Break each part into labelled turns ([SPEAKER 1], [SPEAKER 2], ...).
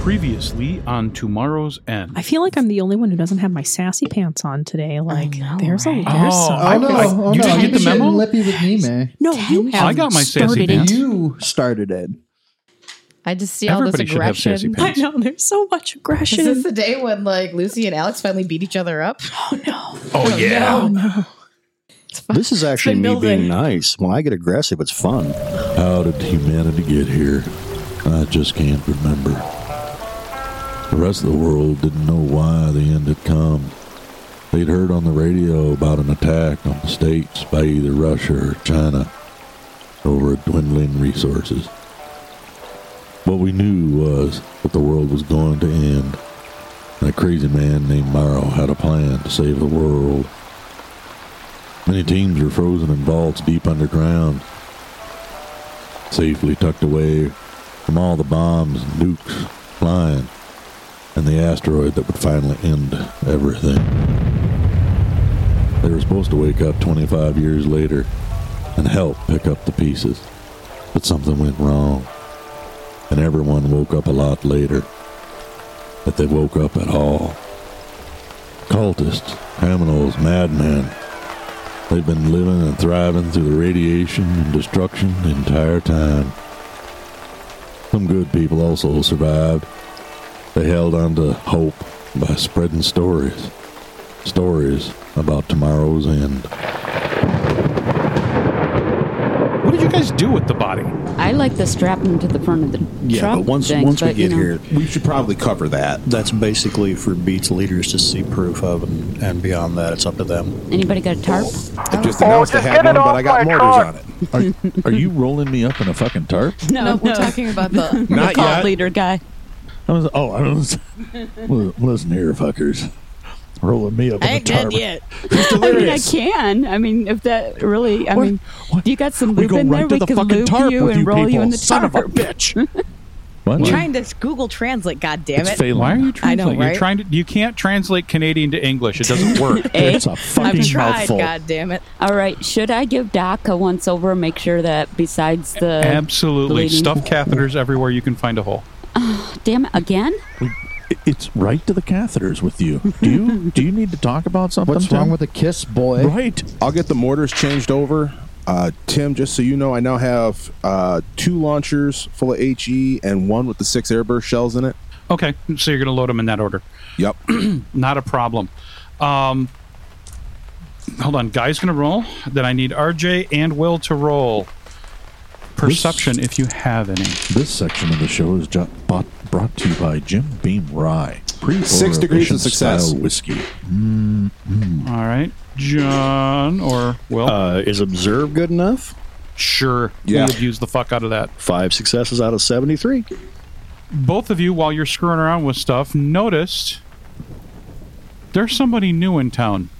[SPEAKER 1] Previously on Tomorrow's End.
[SPEAKER 2] I feel like I'm the only one who doesn't have my sassy pants on today. Like,
[SPEAKER 3] no,
[SPEAKER 2] there's
[SPEAKER 3] right?
[SPEAKER 2] a there's
[SPEAKER 1] Oh,
[SPEAKER 2] some.
[SPEAKER 4] uh,
[SPEAKER 1] I-
[SPEAKER 5] Oh no!
[SPEAKER 1] I-
[SPEAKER 5] oh,
[SPEAKER 1] you
[SPEAKER 5] no.
[SPEAKER 1] didn't get the
[SPEAKER 5] You've been
[SPEAKER 1] memo?
[SPEAKER 5] Lippy with me, man.
[SPEAKER 2] no, you
[SPEAKER 3] Ten
[SPEAKER 2] have
[SPEAKER 3] I
[SPEAKER 1] got my sassy
[SPEAKER 2] started
[SPEAKER 3] pants.
[SPEAKER 2] it.
[SPEAKER 5] You started it.
[SPEAKER 3] I just see all this
[SPEAKER 1] Everybody should have
[SPEAKER 3] aggression.
[SPEAKER 1] sassy
[SPEAKER 2] I
[SPEAKER 1] pants.
[SPEAKER 2] know there's so much
[SPEAKER 3] Is
[SPEAKER 2] aggression.
[SPEAKER 3] this the day when like Lucy and Alex finally beat each other up?
[SPEAKER 2] oh no!
[SPEAKER 1] Oh, yeah.
[SPEAKER 2] Oh no!
[SPEAKER 4] This is actually
[SPEAKER 2] been
[SPEAKER 4] me
[SPEAKER 2] building.
[SPEAKER 4] being nice. When I get aggressive, it's fun.
[SPEAKER 6] How did humanity get here? I just can't remember. The rest of the world didn't know why the end had come. They'd heard on the radio about an attack on the states by either Russia or China over dwindling resources. What we knew was that the world was going to end, and a crazy man named Morrow had a plan to save the world. Many teams were frozen in vaults deep underground, safely tucked away from all the bombs and nukes flying and the asteroid that would finally end everything. They were supposed to wake up 25 years later and help pick up the pieces, but something went wrong, and everyone woke up a lot later. But they woke up at all. Cultists, criminals, madmen, They've been living and thriving through the radiation and destruction the entire time. Some good people also survived. They held on to hope by spreading stories. Stories about tomorrow's end.
[SPEAKER 1] What did you guys do with the body?
[SPEAKER 7] I like the strapping to the front of the
[SPEAKER 4] Yeah,
[SPEAKER 7] truck.
[SPEAKER 4] but once
[SPEAKER 7] things,
[SPEAKER 4] once we
[SPEAKER 7] but, you
[SPEAKER 4] get
[SPEAKER 7] know,
[SPEAKER 4] here,
[SPEAKER 8] We should probably cover that.
[SPEAKER 4] that's basically for Beats leaders to see proof of, and, and beyond that, it's up to them.
[SPEAKER 7] Anybody got a tarp?
[SPEAKER 8] I just announced I had one, but I got mortars on it.
[SPEAKER 6] Are, are you rolling me up in a fucking tarp?
[SPEAKER 7] No,
[SPEAKER 3] we're talking about the
[SPEAKER 8] Not
[SPEAKER 7] cult
[SPEAKER 8] yet.
[SPEAKER 7] leader guy.
[SPEAKER 6] I was, oh, I was. li- Listen here, fuckers. Rolling me up in a tarp.
[SPEAKER 7] yet. I mean, I can. I mean, if that really, I
[SPEAKER 6] What?
[SPEAKER 7] mean,
[SPEAKER 6] What?
[SPEAKER 7] you got some
[SPEAKER 6] We
[SPEAKER 7] lube
[SPEAKER 6] go
[SPEAKER 7] in
[SPEAKER 6] right
[SPEAKER 7] there.
[SPEAKER 6] to
[SPEAKER 7] We
[SPEAKER 6] the
[SPEAKER 7] can
[SPEAKER 6] fucking
[SPEAKER 7] loop
[SPEAKER 6] tarp
[SPEAKER 7] you
[SPEAKER 6] with
[SPEAKER 7] and
[SPEAKER 6] you
[SPEAKER 7] roll you
[SPEAKER 6] people,
[SPEAKER 7] in the
[SPEAKER 6] son
[SPEAKER 7] tarp.
[SPEAKER 6] of a bitch. What?
[SPEAKER 3] trying to Google Translate. God damn
[SPEAKER 6] It's
[SPEAKER 3] it!
[SPEAKER 6] failing.
[SPEAKER 1] Why are you
[SPEAKER 3] I
[SPEAKER 1] translating?
[SPEAKER 3] know,
[SPEAKER 1] You're
[SPEAKER 3] right?
[SPEAKER 1] trying to. You can't translate Canadian to English. It doesn't work.
[SPEAKER 7] Eh?
[SPEAKER 6] It's a fucking
[SPEAKER 3] I've tried.
[SPEAKER 6] mouthful.
[SPEAKER 3] God damn it!
[SPEAKER 7] All right, should I give Doc a once over? and Make sure that besides the
[SPEAKER 1] Absolutely.
[SPEAKER 7] bleeding-
[SPEAKER 1] Stuff catheters everywhere you can find a hole.
[SPEAKER 7] Damn it again.
[SPEAKER 6] We- it- It's right to the catheters with you. Do you do you need to talk about something?
[SPEAKER 5] What's wrong
[SPEAKER 6] Tim?
[SPEAKER 5] with a kiss, boy?
[SPEAKER 6] right?
[SPEAKER 8] I'll get the mortars changed over. Uh, Tim, just so you know, I now have uh, two launchers full of HE and one with the six airburst shells in it.
[SPEAKER 1] Okay, so you're going to load them in that order.
[SPEAKER 8] Yep.
[SPEAKER 1] Not a problem. Um, hold on, guy's going to roll. Then I need RJ and Will to roll. Perception, if you have any.
[SPEAKER 6] This section of the show is jo- bought, brought to you by Jim Beam Rye, pre
[SPEAKER 8] Six degrees of success.
[SPEAKER 6] whiskey.
[SPEAKER 1] All right, John or Will.
[SPEAKER 4] Uh, is observe good enough?
[SPEAKER 1] sure,
[SPEAKER 8] yeah.
[SPEAKER 1] we abuse the fuck out of that.
[SPEAKER 4] Five successes out of seventy-three.
[SPEAKER 1] both of you, while you're screwing around with stuff, noticed there's somebody new in town.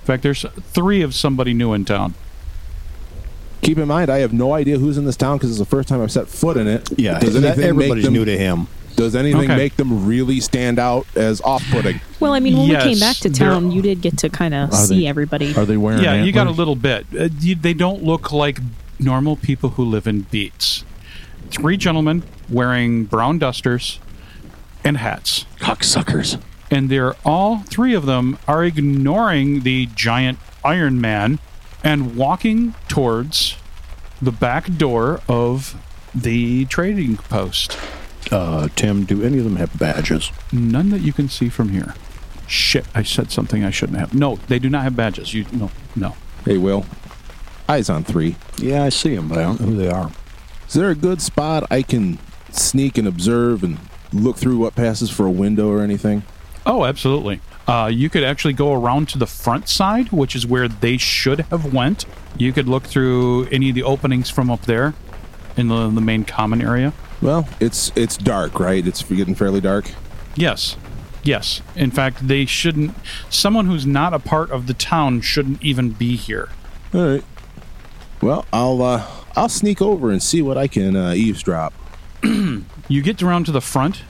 [SPEAKER 1] In fact, there's three of somebody new in town.
[SPEAKER 8] Keep in mind, I have no idea who's in this town because it's the first time I've set foot in it.
[SPEAKER 4] Yeah,
[SPEAKER 8] Does
[SPEAKER 4] that-
[SPEAKER 8] anything
[SPEAKER 4] everybody's
[SPEAKER 8] make them,
[SPEAKER 4] new to him.
[SPEAKER 8] Does anything
[SPEAKER 1] Okay.
[SPEAKER 8] make them really stand out as off-putting?
[SPEAKER 2] Well, I mean, when we
[SPEAKER 1] Yes,
[SPEAKER 2] came back to
[SPEAKER 1] they're-
[SPEAKER 2] town, you did get to kind of
[SPEAKER 6] Are
[SPEAKER 2] see
[SPEAKER 6] they-
[SPEAKER 2] everybody.
[SPEAKER 6] Are they wearing?
[SPEAKER 1] yeah, you got a
[SPEAKER 6] antlers?
[SPEAKER 1] little bit. Uh, you, they don't look like normal people who live in beats. Three gentlemen wearing brown dusters and hats.
[SPEAKER 6] cocksuckers.
[SPEAKER 1] and they're all three of them are ignoring the giant Iron Man and walking towards the back door of the trading post.
[SPEAKER 4] Uh, Tim, do any of them have badges?
[SPEAKER 1] None that you can see from here. Shit, I said something I shouldn't have. No, they do not have badges. You no, no.
[SPEAKER 8] Hey, Will. Eyes on three.
[SPEAKER 4] Yeah, I see them, but I don't know who they are.
[SPEAKER 8] Is there a good spot I can sneak and observe and look through what passes for a window or anything?
[SPEAKER 1] Oh, absolutely. Uh, you could actually go around to the front side, which is where they should have went. You could look through any of the openings from up there in the, the main common area.
[SPEAKER 8] Well, it's it's dark, right? It's getting fairly dark.
[SPEAKER 1] Yes. Yes. In fact, they shouldn't. Someone who's not a part of the town shouldn't even be here.
[SPEAKER 8] All right. Well, I'll uh, I'll sneak over and see what I can uh, eavesdrop.
[SPEAKER 1] You get around to the front.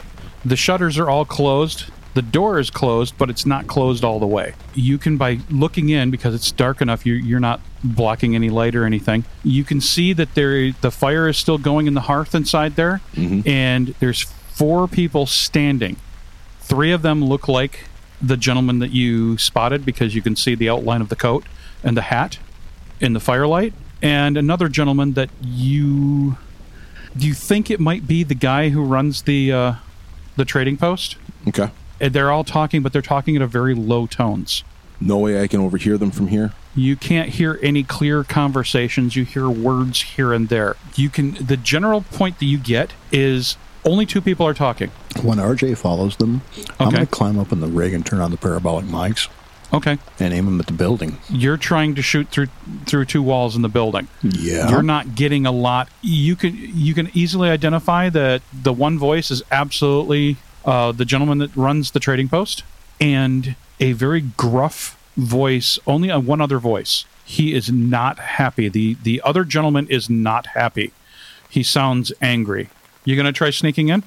[SPEAKER 1] The shutters are all closed. The door is closed, but it's not closed all the way. You can, by looking in, because it's dark enough, you're, you're not blocking any light or anything. You can see that there the fire is still going in the hearth inside there, and there's four people standing. Three of them look like the gentleman that you spotted because you can see the outline of the coat and the hat in the firelight, and another gentleman that you do you think it might be the guy who runs the uh, the trading post.
[SPEAKER 8] Okay.
[SPEAKER 1] And They're all talking, but they're talking at a very low tones.
[SPEAKER 8] No way I can overhear them from here.
[SPEAKER 1] You can't hear any clear conversations. You hear words here and there. You can the general point that you get is only two people are talking.
[SPEAKER 4] When RJ follows them, I'm
[SPEAKER 1] Okay.
[SPEAKER 4] going to climb up in the rig and turn on the parabolic mics
[SPEAKER 1] Okay.
[SPEAKER 4] and aim them at the building.
[SPEAKER 1] You're trying to shoot through through two walls in the building.
[SPEAKER 4] Yeah.
[SPEAKER 1] You're not getting a lot. You can you can easily identify that the one voice is absolutely uh, the gentleman that runs the trading post, and a very gruff voice. Only uh, one other voice. He is not happy. the The other gentleman is not happy. He sounds angry. You gonna try sneaking in?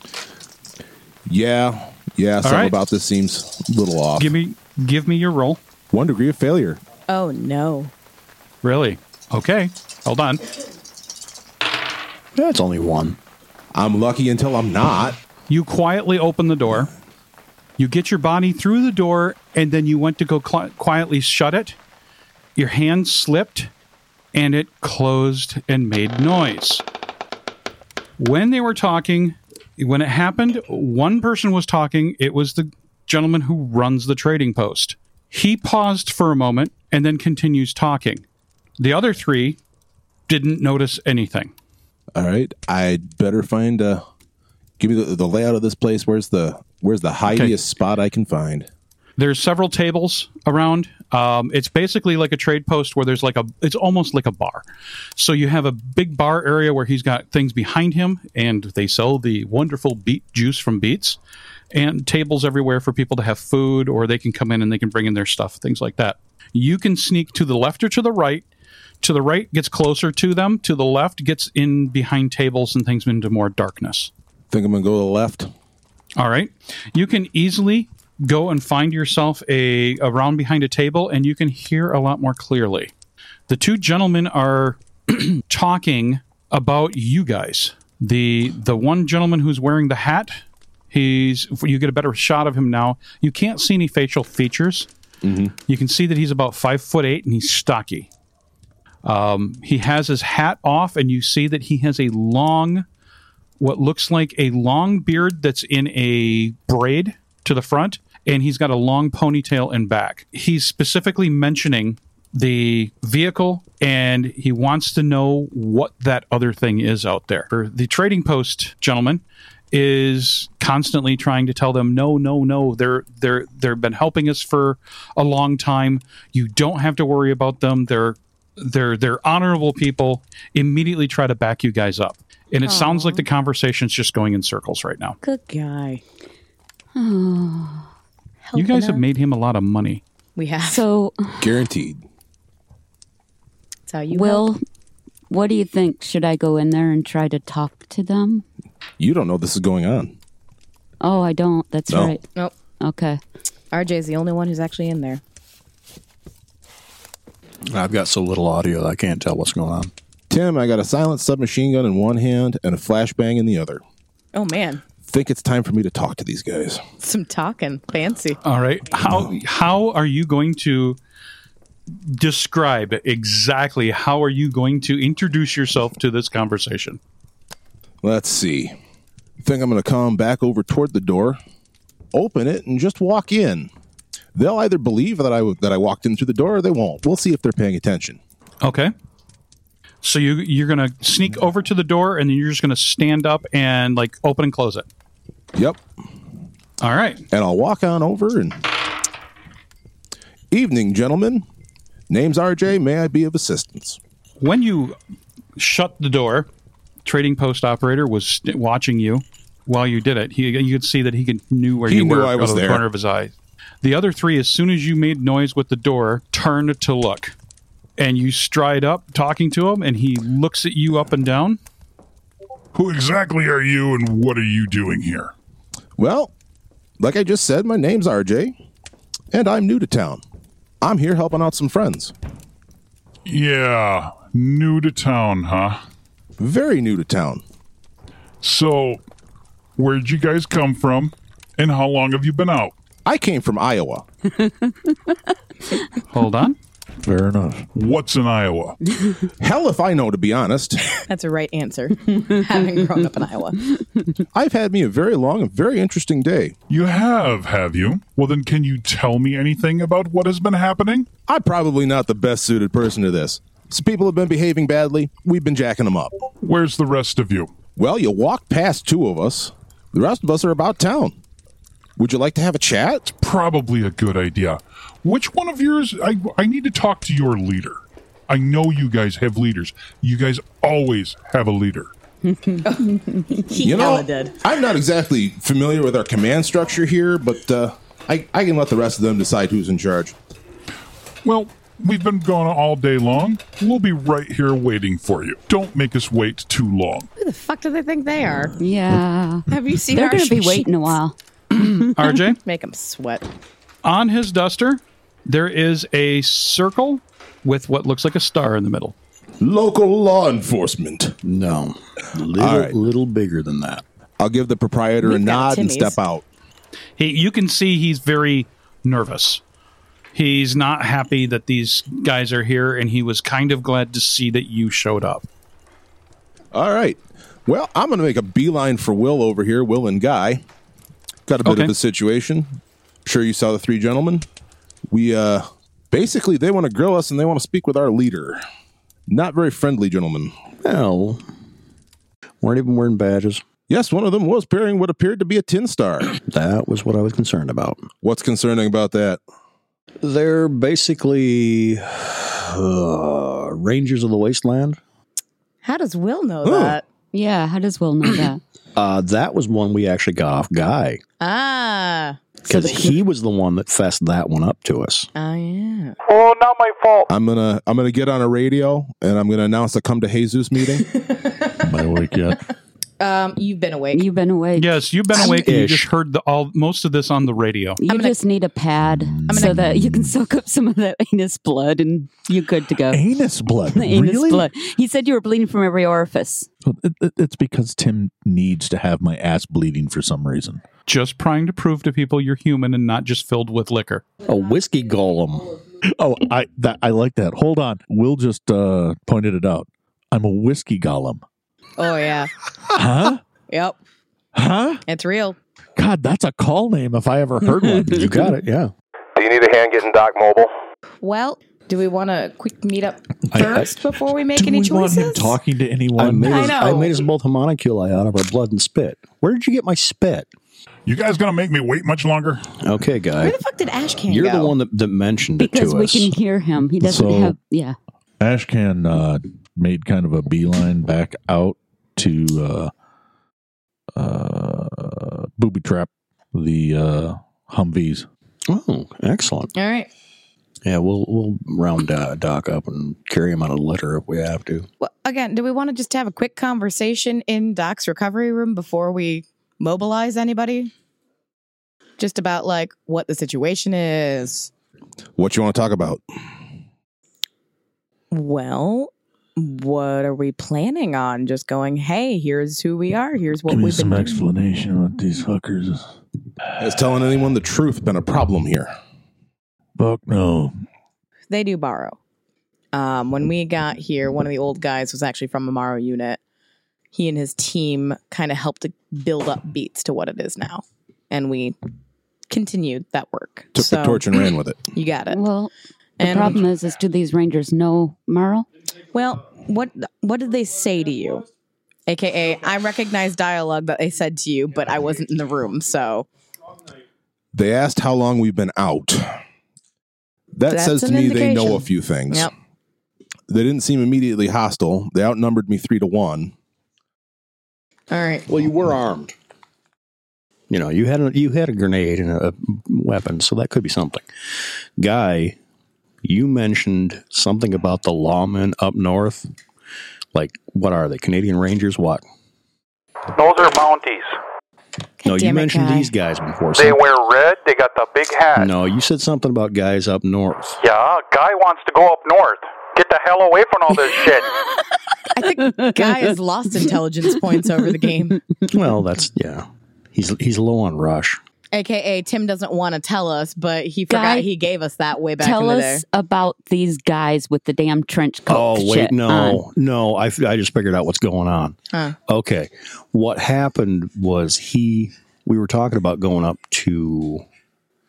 [SPEAKER 8] Yeah. Yeah. something
[SPEAKER 1] right.
[SPEAKER 8] about this seems a little off.
[SPEAKER 1] Give me give me your roll.
[SPEAKER 8] one degree of failure.
[SPEAKER 3] Oh no.
[SPEAKER 1] Really? Okay. Hold on.
[SPEAKER 4] That's only one.
[SPEAKER 8] I'm lucky until I'm not.
[SPEAKER 1] You quietly open the door. You get your body through the door, and then you went to go cli quietly shut it. Your hand slipped, and it closed and made noise. When they were talking, when it happened, one person was talking. It was the gentleman who runs the trading post. He paused for a moment and then continues talking. The other three didn't notice anything.
[SPEAKER 8] All right. I'd better find uh give me the, the layout of this place. Where's the where's the highest spot I can find?
[SPEAKER 1] there's several tables around um, it's basically like a trade post where there's like a it's almost like a bar so you have a big bar area where he's got things behind him and they sell the wonderful beet juice from beets and tables everywhere for people to have food or they can come in and they can bring in their stuff things like that you can sneak to the left or to the right to the right gets closer to them to the left gets in behind tables and things into more darkness
[SPEAKER 8] Think I'm gonna go to the left.
[SPEAKER 1] all right. You can easily go and find yourself a around behind a table and you can hear a lot more clearly. The two gentlemen are talking about you guys. The the one gentleman who's wearing the hat, he's you get a better shot of him now. You can't see any facial features. You can see that he's about five foot eight and he's stocky. Um, he has his hat off, and you see that he has a long, what looks like a long beard that's in a braid to the front, and he's got a long ponytail in back. He's specifically mentioning the vehicle, and he wants to know what that other thing is out there. For the trading post gentleman is constantly trying to tell them no no no they're they're they've been helping us for a long time you don't have to worry about them they're they're they're honorable people immediately try to back you guys up and it sounds like the conversation's just going in circles right now
[SPEAKER 3] Good guy.
[SPEAKER 7] Helping
[SPEAKER 1] you guys
[SPEAKER 7] us.
[SPEAKER 1] have made him a lot of money
[SPEAKER 3] We have.
[SPEAKER 7] So,
[SPEAKER 8] Guaranteed.
[SPEAKER 3] That's how you
[SPEAKER 7] Will, what do you think? Should I go in there and try to talk to them?
[SPEAKER 8] You don't know this is going on.
[SPEAKER 7] Oh, I don't. That's
[SPEAKER 8] No.
[SPEAKER 7] right.
[SPEAKER 3] Nope.
[SPEAKER 7] Okay.
[SPEAKER 3] RJ's the only one who's actually in there.
[SPEAKER 4] I've got so little audio, I can't tell what's going on.
[SPEAKER 8] Tim, I got a silent submachine gun in one hand and a flashbang in the other.
[SPEAKER 3] Oh man,
[SPEAKER 8] Think it's time for me to talk to these guys.
[SPEAKER 3] some talking fancy.
[SPEAKER 1] all right how how are you going to describe exactly how are you going to introduce yourself to this conversation
[SPEAKER 8] Let's see. Think I'm going to come back over toward the door, open it, and just walk in. They'll either believe that I that I walked in through the door, or they won't. We'll see if they're paying attention.
[SPEAKER 1] okay so you you're gonna sneak over to the door and then you're just gonna stand up and like open and close it
[SPEAKER 8] Yep.
[SPEAKER 1] all right
[SPEAKER 8] And I'll walk on over and. Evening, gentlemen. Name's RJ. May I be of assistance?
[SPEAKER 1] when you shut the door, trading post operator was st- watching you while you did it. He, you could see that he could, knew where
[SPEAKER 8] He
[SPEAKER 1] you
[SPEAKER 8] knew
[SPEAKER 1] were
[SPEAKER 8] I
[SPEAKER 1] out
[SPEAKER 8] was
[SPEAKER 1] of the
[SPEAKER 8] there.
[SPEAKER 1] corner of his eye. The other three, as soon as you made noise with the door, turned to look, and you stride up, talking to him, and he looks at you up and down.
[SPEAKER 9] Who exactly are you and what are you doing here?
[SPEAKER 8] Well, like I just said, my name's RJ, and I'm new to town. I'm here helping out some friends.
[SPEAKER 9] Yeah, new to town, huh?
[SPEAKER 8] Very new to town.
[SPEAKER 9] So, Where'd you guys come from? And how long have you been out?
[SPEAKER 8] I came from Iowa.
[SPEAKER 1] Hold on.
[SPEAKER 4] Fair enough.
[SPEAKER 9] What's in Iowa?
[SPEAKER 8] Hell if I know, to be honest.
[SPEAKER 3] That's a right answer. Having grown up in Iowa.
[SPEAKER 8] I've had me a very long and very interesting day.
[SPEAKER 9] You have, have you? Well, then, can you tell me anything about what has been happening?
[SPEAKER 8] I'm probably not the best suited person to this. Some people have been behaving badly. We've been jacking them up.
[SPEAKER 9] Where's the rest of you?
[SPEAKER 8] Well, you walked past two of us. The rest of us are about town. Would you like to have a chat?
[SPEAKER 9] Probably a good idea. Which one of yours? I, I need to talk to your leader. I know you guys have leaders. You guys always have a leader.
[SPEAKER 8] You know,
[SPEAKER 3] hella did.
[SPEAKER 8] I'm not exactly familiar with our command structure here, but uh, I, I can let the rest of them decide who's in charge.
[SPEAKER 9] Well, we've been gone all day long. We'll be right here waiting for you. Don't make us wait too long.
[SPEAKER 3] Who the fuck do they think they are?
[SPEAKER 7] Yeah.
[SPEAKER 3] Have you seen
[SPEAKER 7] They're
[SPEAKER 3] our
[SPEAKER 7] going to be waiting a while.
[SPEAKER 1] RJ,
[SPEAKER 3] Make them sweat.
[SPEAKER 1] on his duster, there is a circle with what looks like a star in the middle.
[SPEAKER 8] Local law enforcement.
[SPEAKER 4] No,
[SPEAKER 8] All
[SPEAKER 4] little,
[SPEAKER 8] right.
[SPEAKER 4] little bigger than that.
[SPEAKER 8] I'll give the proprietor a
[SPEAKER 3] We've got
[SPEAKER 8] nod and
[SPEAKER 3] Timmy's.
[SPEAKER 8] step out.
[SPEAKER 1] He, you can see he's very nervous. He's not happy that these guys are here, and he was kind of glad to see that you showed up.
[SPEAKER 8] All right. Well, I'm going to make a beeline for Will over here, Will and Guy. Got a bit
[SPEAKER 1] Okay.
[SPEAKER 8] of a situation. sure you saw the three gentlemen. We uh basically they want to grill us and they want to speak with our leader. Not very friendly gentlemen.
[SPEAKER 4] Well, weren't even wearing badges.
[SPEAKER 8] Yes, one of them was bearing what appeared to be a tin star.
[SPEAKER 4] That was what I was concerned about.
[SPEAKER 8] What's concerning about that?
[SPEAKER 4] They're basically uh, rangers of the wasteland.
[SPEAKER 3] How does Will know that?
[SPEAKER 7] Yeah. How does Will know that?
[SPEAKER 4] Uh, that was one we actually got off Guy
[SPEAKER 3] Ah.
[SPEAKER 4] because he was the one that fessed that one up to us.
[SPEAKER 3] Oh, yeah.
[SPEAKER 8] I'm gonna I'm gonna get on a radio and I'm gonna announce a come to Jesus meeting.
[SPEAKER 10] Am I awake yet?
[SPEAKER 3] Um, you've been awake.
[SPEAKER 7] You've been awake.
[SPEAKER 1] Yes, you've been awake and you
[SPEAKER 4] Ish.
[SPEAKER 1] just heard the, all most of this on the radio.
[SPEAKER 7] You just need a pad so that you can soak up some of that anus blood and you're good to go.
[SPEAKER 6] Anus blood.
[SPEAKER 7] The anus
[SPEAKER 6] really?
[SPEAKER 7] blood. He said you were bleeding from every orifice.
[SPEAKER 6] Well, it- it- It's because Tim needs to have my ass bleeding for some reason.
[SPEAKER 1] Just trying to prove to people you're human and not just filled with liquor.
[SPEAKER 4] A whiskey golem.
[SPEAKER 6] Oh, I that I like that. Hold on, Will just uh, pointed it out. I'm a whiskey golem.
[SPEAKER 3] Oh, yeah.
[SPEAKER 6] Huh?
[SPEAKER 3] Yep.
[SPEAKER 6] huh?
[SPEAKER 3] It's real.
[SPEAKER 6] God, that's a call name if I ever heard one.
[SPEAKER 4] You got it. Yeah.
[SPEAKER 11] Do you need a hand getting Doc Mobile?
[SPEAKER 3] Well, do we want a quick meetup
[SPEAKER 6] I- I-
[SPEAKER 3] first before we make
[SPEAKER 6] Do
[SPEAKER 3] any
[SPEAKER 6] we want
[SPEAKER 3] choices?
[SPEAKER 6] him talking to anyone?
[SPEAKER 4] I made,
[SPEAKER 3] I
[SPEAKER 4] us,
[SPEAKER 3] know.
[SPEAKER 4] I made us both homunculi out of our blood and spit. Where did you get my spit?
[SPEAKER 9] You guys gonna make me wait much longer?
[SPEAKER 4] Okay, guy.
[SPEAKER 3] Where the fuck did Ash Can
[SPEAKER 4] You're
[SPEAKER 3] go?
[SPEAKER 4] the one that, that mentioned it
[SPEAKER 7] Because
[SPEAKER 4] to
[SPEAKER 7] we
[SPEAKER 4] us.
[SPEAKER 7] can hear him. He doesn't
[SPEAKER 6] So-
[SPEAKER 7] have. Yeah.
[SPEAKER 6] Ashcan uh, made kind of a beeline back out to uh, uh, booby trap the uh, Humvees.
[SPEAKER 4] Oh, excellent.
[SPEAKER 3] All right.
[SPEAKER 4] Yeah, we'll we'll round uh, Doc up and carry him on a litter if we have to.
[SPEAKER 3] Well, again, do we want to just have a quick conversation in Doc's recovery room before we mobilize anybody? Just about like what the situation is.
[SPEAKER 8] what you want to talk about?
[SPEAKER 3] Well, what are we planning on? Just going, hey, here's who we are. Here's what
[SPEAKER 10] Give me
[SPEAKER 3] we've been.
[SPEAKER 10] some
[SPEAKER 3] doing."
[SPEAKER 10] explanation with these fuckers.
[SPEAKER 8] Has telling anyone the truth been a problem here?
[SPEAKER 10] Fuck no.
[SPEAKER 3] They do borrow. Um, when we got here, one of the old guys was actually from Amaro unit. He and his team kind of helped to build up beats to what it is now, and we continued that work.
[SPEAKER 8] Took
[SPEAKER 3] so
[SPEAKER 8] the torch and ran with it.
[SPEAKER 3] You got it.
[SPEAKER 7] Well, the
[SPEAKER 3] And-
[SPEAKER 7] problem is, is do these rangers know Merle?
[SPEAKER 3] Well, what what did they say to you? AKA, I recognize dialogue that they said to you, but I wasn't in the room, so
[SPEAKER 8] They asked how long we've been out. That
[SPEAKER 3] That's
[SPEAKER 8] says to
[SPEAKER 3] an
[SPEAKER 8] me they know
[SPEAKER 3] indication.
[SPEAKER 8] a few things.
[SPEAKER 3] Yep.
[SPEAKER 8] They didn't seem immediately hostile. They outnumbered me three to one.
[SPEAKER 3] all right.
[SPEAKER 4] Well, you were armed. You know, you had a, you had a grenade and a weapon, so that could be something. Guy, you mentioned something about the lawmen up north. Like, what are they? Canadian Rangers? What?
[SPEAKER 11] Those are bounties.
[SPEAKER 4] no, you
[SPEAKER 3] damn it,
[SPEAKER 4] mentioned
[SPEAKER 3] Guy.
[SPEAKER 4] these guys before.
[SPEAKER 11] They
[SPEAKER 4] Some-
[SPEAKER 11] wear red. They got the big hat.
[SPEAKER 4] no, you said something about guys up north.
[SPEAKER 11] Yeah, guy wants to go up north. Get the hell away from all this shit.
[SPEAKER 3] I think Guy has lost intelligence points over the game.
[SPEAKER 4] Well, that's yeah. He's he's low on rush.
[SPEAKER 3] AKA Tim doesn't want to tell us, but he forgot
[SPEAKER 7] Guy,
[SPEAKER 3] he gave us that way back in
[SPEAKER 7] Tell
[SPEAKER 3] the
[SPEAKER 7] us
[SPEAKER 3] day.
[SPEAKER 7] about these guys with the damn trench coat.
[SPEAKER 4] Oh wait,
[SPEAKER 7] shit
[SPEAKER 4] no,
[SPEAKER 7] on.
[SPEAKER 4] no. I I just figured out what's going on.
[SPEAKER 3] Huh.
[SPEAKER 4] Okay. What happened was he, we were talking about going up to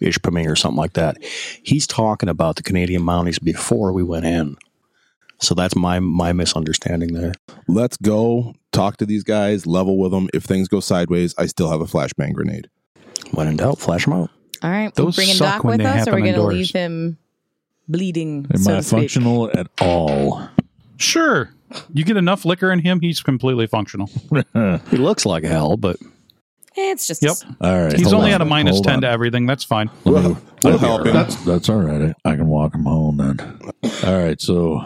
[SPEAKER 4] Ishpeming or something like that. He's talking about the Canadian Mounties before we went in. So that's my my misunderstanding there.
[SPEAKER 8] Let's go talk to these guys, level with them. If things go sideways, I still have a flashbang grenade.
[SPEAKER 4] When in doubt, flash them out.
[SPEAKER 3] All right,
[SPEAKER 4] Those
[SPEAKER 3] we're bringing
[SPEAKER 4] suck
[SPEAKER 3] Doc
[SPEAKER 4] when
[SPEAKER 3] with
[SPEAKER 4] they
[SPEAKER 3] us, or
[SPEAKER 4] happen
[SPEAKER 3] we're going to
[SPEAKER 4] indoors.
[SPEAKER 3] leave him bleeding.
[SPEAKER 6] Am
[SPEAKER 3] so
[SPEAKER 6] I
[SPEAKER 3] to speak.
[SPEAKER 6] functional at all?
[SPEAKER 1] Sure. You get enough liquor in him, he's completely functional.
[SPEAKER 4] he looks like hell, but
[SPEAKER 3] Eh, It's just
[SPEAKER 1] yep.
[SPEAKER 6] All right.
[SPEAKER 1] He's
[SPEAKER 6] hold
[SPEAKER 1] only
[SPEAKER 6] on,
[SPEAKER 1] at a minus
[SPEAKER 6] hold
[SPEAKER 1] ten
[SPEAKER 6] on.
[SPEAKER 1] to everything. That's fine.
[SPEAKER 6] Let me-
[SPEAKER 8] We'll
[SPEAKER 6] that'd be
[SPEAKER 8] help
[SPEAKER 6] all
[SPEAKER 8] him.
[SPEAKER 6] right. That's all right. I, I can walk him home then. All right. So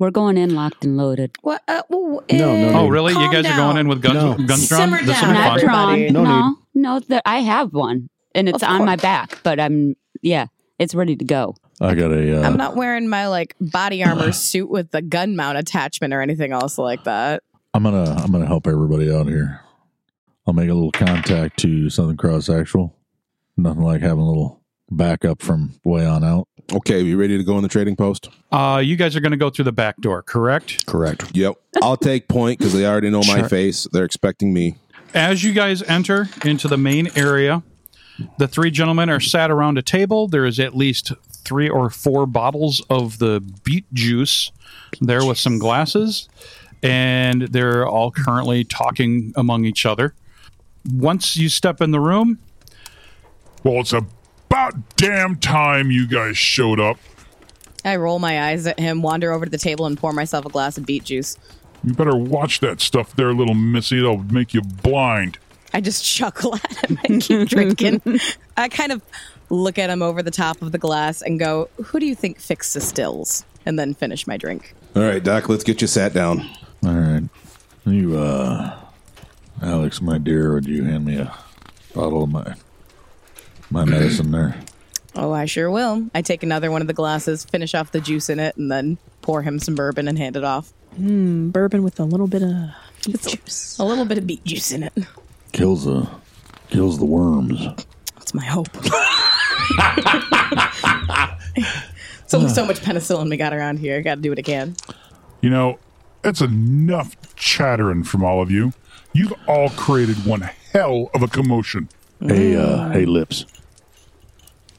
[SPEAKER 7] We're going in locked and loaded.
[SPEAKER 3] What? Uh, well,
[SPEAKER 4] No, no,
[SPEAKER 1] Oh,
[SPEAKER 4] no.
[SPEAKER 1] really? you
[SPEAKER 3] Calm
[SPEAKER 1] guys
[SPEAKER 3] down.
[SPEAKER 1] are going in with guns,
[SPEAKER 4] No.
[SPEAKER 1] guns drawn?
[SPEAKER 3] Simmer
[SPEAKER 1] This will
[SPEAKER 3] down.
[SPEAKER 1] be
[SPEAKER 7] Not
[SPEAKER 1] fun.
[SPEAKER 7] drawn.
[SPEAKER 4] No
[SPEAKER 7] No, no, there- I have one, and it's
[SPEAKER 3] Of
[SPEAKER 7] on my
[SPEAKER 3] course.
[SPEAKER 7] back. But I'm yeah, it's ready to go.
[SPEAKER 6] I got a. Uh,
[SPEAKER 3] I'm not wearing my like body armor suit with the gun mount attachment or anything else like that.
[SPEAKER 6] I'm gonna I'm gonna help everybody out here. I'll make a little contact to Southern Cross Actual. Nothing like having a little backup from way on out.
[SPEAKER 8] Okay, you ready to go in the trading post?
[SPEAKER 1] Uh, you guys are going to go through the back door, correct?
[SPEAKER 4] Correct.
[SPEAKER 8] Yep. I'll take point because they already know my
[SPEAKER 4] Sure.
[SPEAKER 8] face. They're expecting me.
[SPEAKER 1] As you guys enter into the main area, the three gentlemen are sat around a table. There is at least three or four bottles of the beet juice there with some glasses, and they're all currently talking among each other. Once you step in the room,
[SPEAKER 9] Well, it's about damn time you guys showed up.
[SPEAKER 3] I roll my eyes at him, wander over to the table, and pour myself a glass of beet juice.
[SPEAKER 9] You better watch that stuff there, little missy. That'll make you blind.
[SPEAKER 3] I just chuckle at him and keep drinking. I kind of look at him over the top of the glass and go, Who do you think fixed the stills? And then finish my drink.
[SPEAKER 8] All right, Doc, let's get you sat down.
[SPEAKER 6] All right, you, uh, Alex, my dear, would you hand me a bottle of my my medicine there?
[SPEAKER 3] Oh, I sure will. I take another one of the glasses, finish off the juice in it, and then pour him some bourbon and hand it off.
[SPEAKER 2] Mm, bourbon with a little bit of beet juice.
[SPEAKER 3] A little bit of beet juice in it.
[SPEAKER 6] Kills the kills the worms.
[SPEAKER 3] That's my hope. it's only so much penicillin we got around here. Got to do what I can.
[SPEAKER 9] You know, that's enough chattering from all of you. You've all created one hell of a commotion.
[SPEAKER 6] Hey, uh, hey, lips.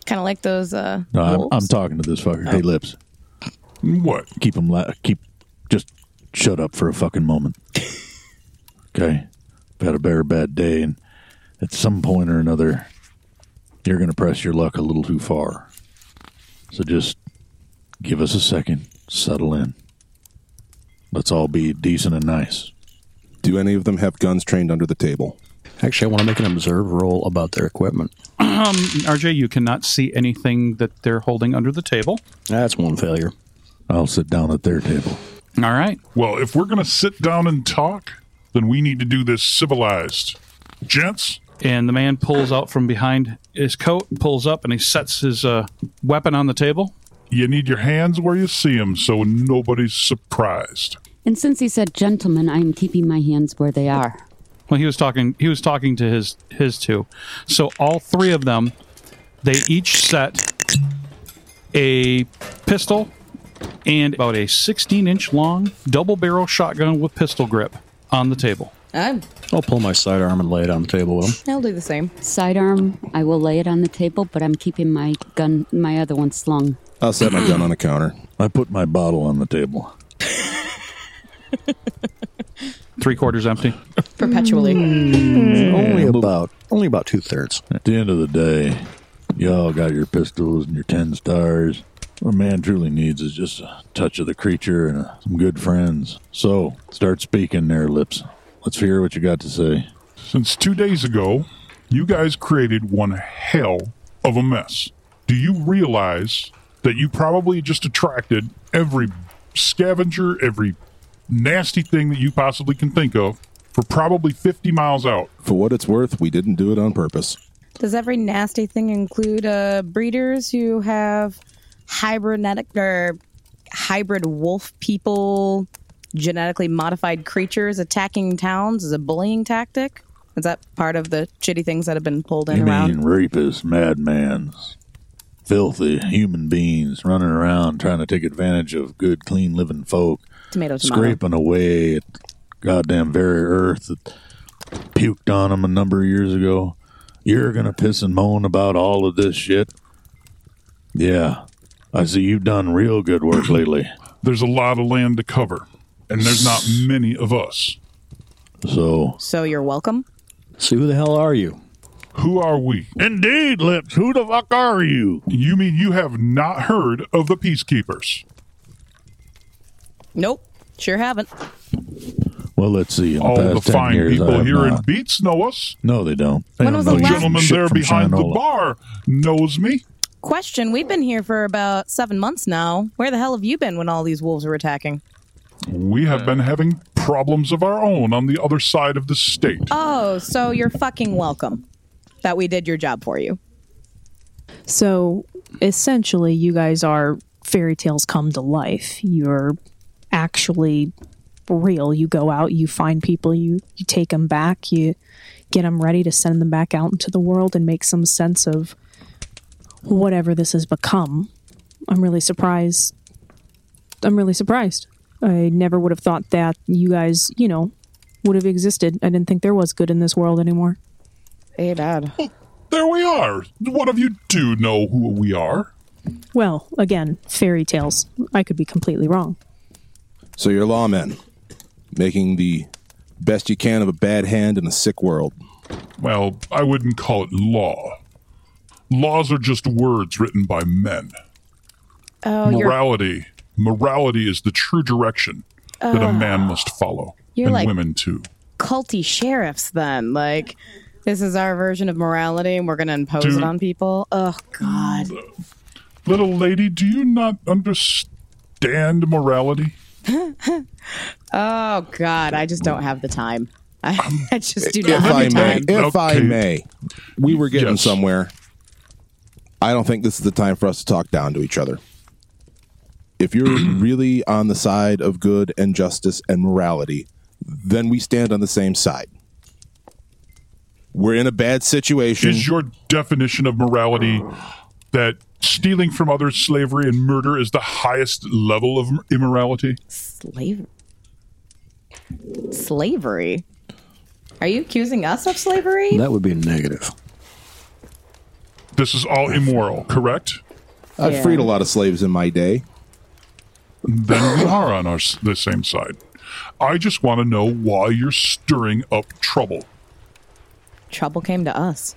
[SPEAKER 3] Kind of like those. Uh,
[SPEAKER 6] No, I'm, I'm
[SPEAKER 3] wolves.
[SPEAKER 6] talking to this fucker. Hey, lips.
[SPEAKER 9] What?
[SPEAKER 6] Keep him. La- keep. Just shut up for a fucking moment. Okay. I've had a very bad day, and at some point or another, you're going to press your luck a little too far. So just give us a second. Settle in. Let's all be decent and nice.
[SPEAKER 8] Do any of them have guns trained under the table?
[SPEAKER 4] Actually, I want to make an observe roll about their equipment.
[SPEAKER 1] RJ, you cannot see anything that they're holding under the table.
[SPEAKER 4] That's one failure.
[SPEAKER 6] I'll sit down at their table.
[SPEAKER 1] All right.
[SPEAKER 9] Well, if we're going to sit down and talk, then we need to do this civilized. Gents,
[SPEAKER 1] and the man pulls out from behind his coat, pulls up, and he sets his uh, weapon on the table.
[SPEAKER 9] you need your hands where you see 'em so nobody's surprised.
[SPEAKER 7] And since he said gentlemen, I'm keeping my hands where they are.
[SPEAKER 1] Well, he was talking. He was talking to his his two. So all three of them, they each set a pistol and about a 16 inch long double barrel shotgun with pistol grip on the table.
[SPEAKER 3] I'm-
[SPEAKER 4] I'll pull my sidearm and lay it on the table with him.
[SPEAKER 3] I'll uh, do the same.
[SPEAKER 7] Sidearm, I will lay it on the table, but I'm keeping my gun, my other one slung.
[SPEAKER 8] I'll set my gun on the counter.
[SPEAKER 6] I put my bottle on the table.
[SPEAKER 1] Three quarters empty.
[SPEAKER 3] Perpetually.
[SPEAKER 4] Only about only about two thirds.
[SPEAKER 6] At the end of the day, y'all got your pistols and your 10 stars. What a man truly needs is just a touch of the creature and uh, some good friends. So, start speaking there, Lips. Let's hear what you got to say.
[SPEAKER 9] Since two days ago, you guys created one hell of a mess. Do you realize that you probably just attracted every scavenger, every nasty thing that you possibly can think of for probably 50 miles out?
[SPEAKER 8] For what it's worth, we didn't do it on purpose.
[SPEAKER 3] Does every nasty thing include uh, breeders who have hybernetic or hybrid wolf people, genetically modified creatures attacking towns as a bullying tactic? Is that part of the shitty things that have been pulled in
[SPEAKER 6] You
[SPEAKER 3] around?
[SPEAKER 6] mean rapists, madmans, filthy human beings running around trying to take advantage of good, clean living folk,
[SPEAKER 3] Tomato, tomato.
[SPEAKER 6] scraping away at goddamn very earth that puked on them a number of years ago. You're gonna piss and moan about all of this shit. Yeah, I see you've done real good work lately.
[SPEAKER 9] There's a lot of land to cover, and there's not many of us.
[SPEAKER 6] So,
[SPEAKER 3] So you're welcome.
[SPEAKER 4] So who the hell are you?
[SPEAKER 9] Who are we?
[SPEAKER 6] Indeed, Lips. Who the fuck are you?
[SPEAKER 9] You mean you have not heard of the Peacekeepers?
[SPEAKER 3] Nope, sure haven't.
[SPEAKER 6] well, let's see. In the
[SPEAKER 9] All the
[SPEAKER 6] past 10
[SPEAKER 9] fine
[SPEAKER 6] years, I
[SPEAKER 9] people
[SPEAKER 6] have
[SPEAKER 9] here in
[SPEAKER 6] not-
[SPEAKER 9] Beats know us.
[SPEAKER 6] No, they don't. They
[SPEAKER 3] When
[SPEAKER 6] don't
[SPEAKER 3] was
[SPEAKER 6] know
[SPEAKER 3] the
[SPEAKER 6] you
[SPEAKER 3] last-
[SPEAKER 6] from
[SPEAKER 9] Gentleman
[SPEAKER 6] shit
[SPEAKER 9] there
[SPEAKER 6] from
[SPEAKER 9] behind the
[SPEAKER 6] Shinola.
[SPEAKER 9] bar knows me.
[SPEAKER 3] Question: We've been here for about seven months now. Where the hell have you been when all these wolves were attacking?
[SPEAKER 9] We have been having problems of our own on the other side of the state.
[SPEAKER 3] Oh, so you're fucking welcome. That we did your job for you.
[SPEAKER 2] So essentially, you guys are fairy tales come to life. You're actually real. You go out, you find people, you, you take them back, you get them ready to send them back out into the world and make some sense of whatever this has become. I'm really surprised. I'm really surprised. I never would have thought that you guys, you know, would have existed. I didn't think there was good in this world anymore.
[SPEAKER 3] Hey, Dad.
[SPEAKER 9] There we are. What of you do know who we are?
[SPEAKER 2] Well, again, fairy tales. I could be completely wrong.
[SPEAKER 8] So you're lawmen, making the best you can of a bad hand in a sick world.
[SPEAKER 9] Well, I wouldn't call it law. Laws are just words written by men.
[SPEAKER 3] Oh,
[SPEAKER 9] morality. Morality is the true direction that a man must follow,
[SPEAKER 3] Ah. You're
[SPEAKER 9] and
[SPEAKER 3] like-
[SPEAKER 9] women too.
[SPEAKER 3] culty sheriffs then like this is our version of morality and we're gonna impose
[SPEAKER 9] Dude.
[SPEAKER 3] it on people oh god
[SPEAKER 9] Little lady, do you not understand morality?
[SPEAKER 3] oh god i just don't have the time i, I just do not
[SPEAKER 8] If I
[SPEAKER 3] have the
[SPEAKER 8] may,
[SPEAKER 3] time
[SPEAKER 8] if I
[SPEAKER 9] Okay.
[SPEAKER 8] may, we were getting
[SPEAKER 9] Yes.
[SPEAKER 8] somewhere. I don't think this is the time for us to talk down to each other. If you're really on the side of good and justice and morality, then we stand on the same side. We're in a bad situation.
[SPEAKER 9] Is your definition of morality that stealing from others, slavery, and murder is the highest level of immorality?
[SPEAKER 3] slavery slavery are you accusing us of slavery
[SPEAKER 4] That would be negative.
[SPEAKER 9] This is all immoral, correct?
[SPEAKER 8] I
[SPEAKER 3] Yeah.
[SPEAKER 8] freed a lot of slaves in my day.
[SPEAKER 9] Then we are on our s- the same side. I just want to know why you're stirring up trouble.
[SPEAKER 3] trouble came to us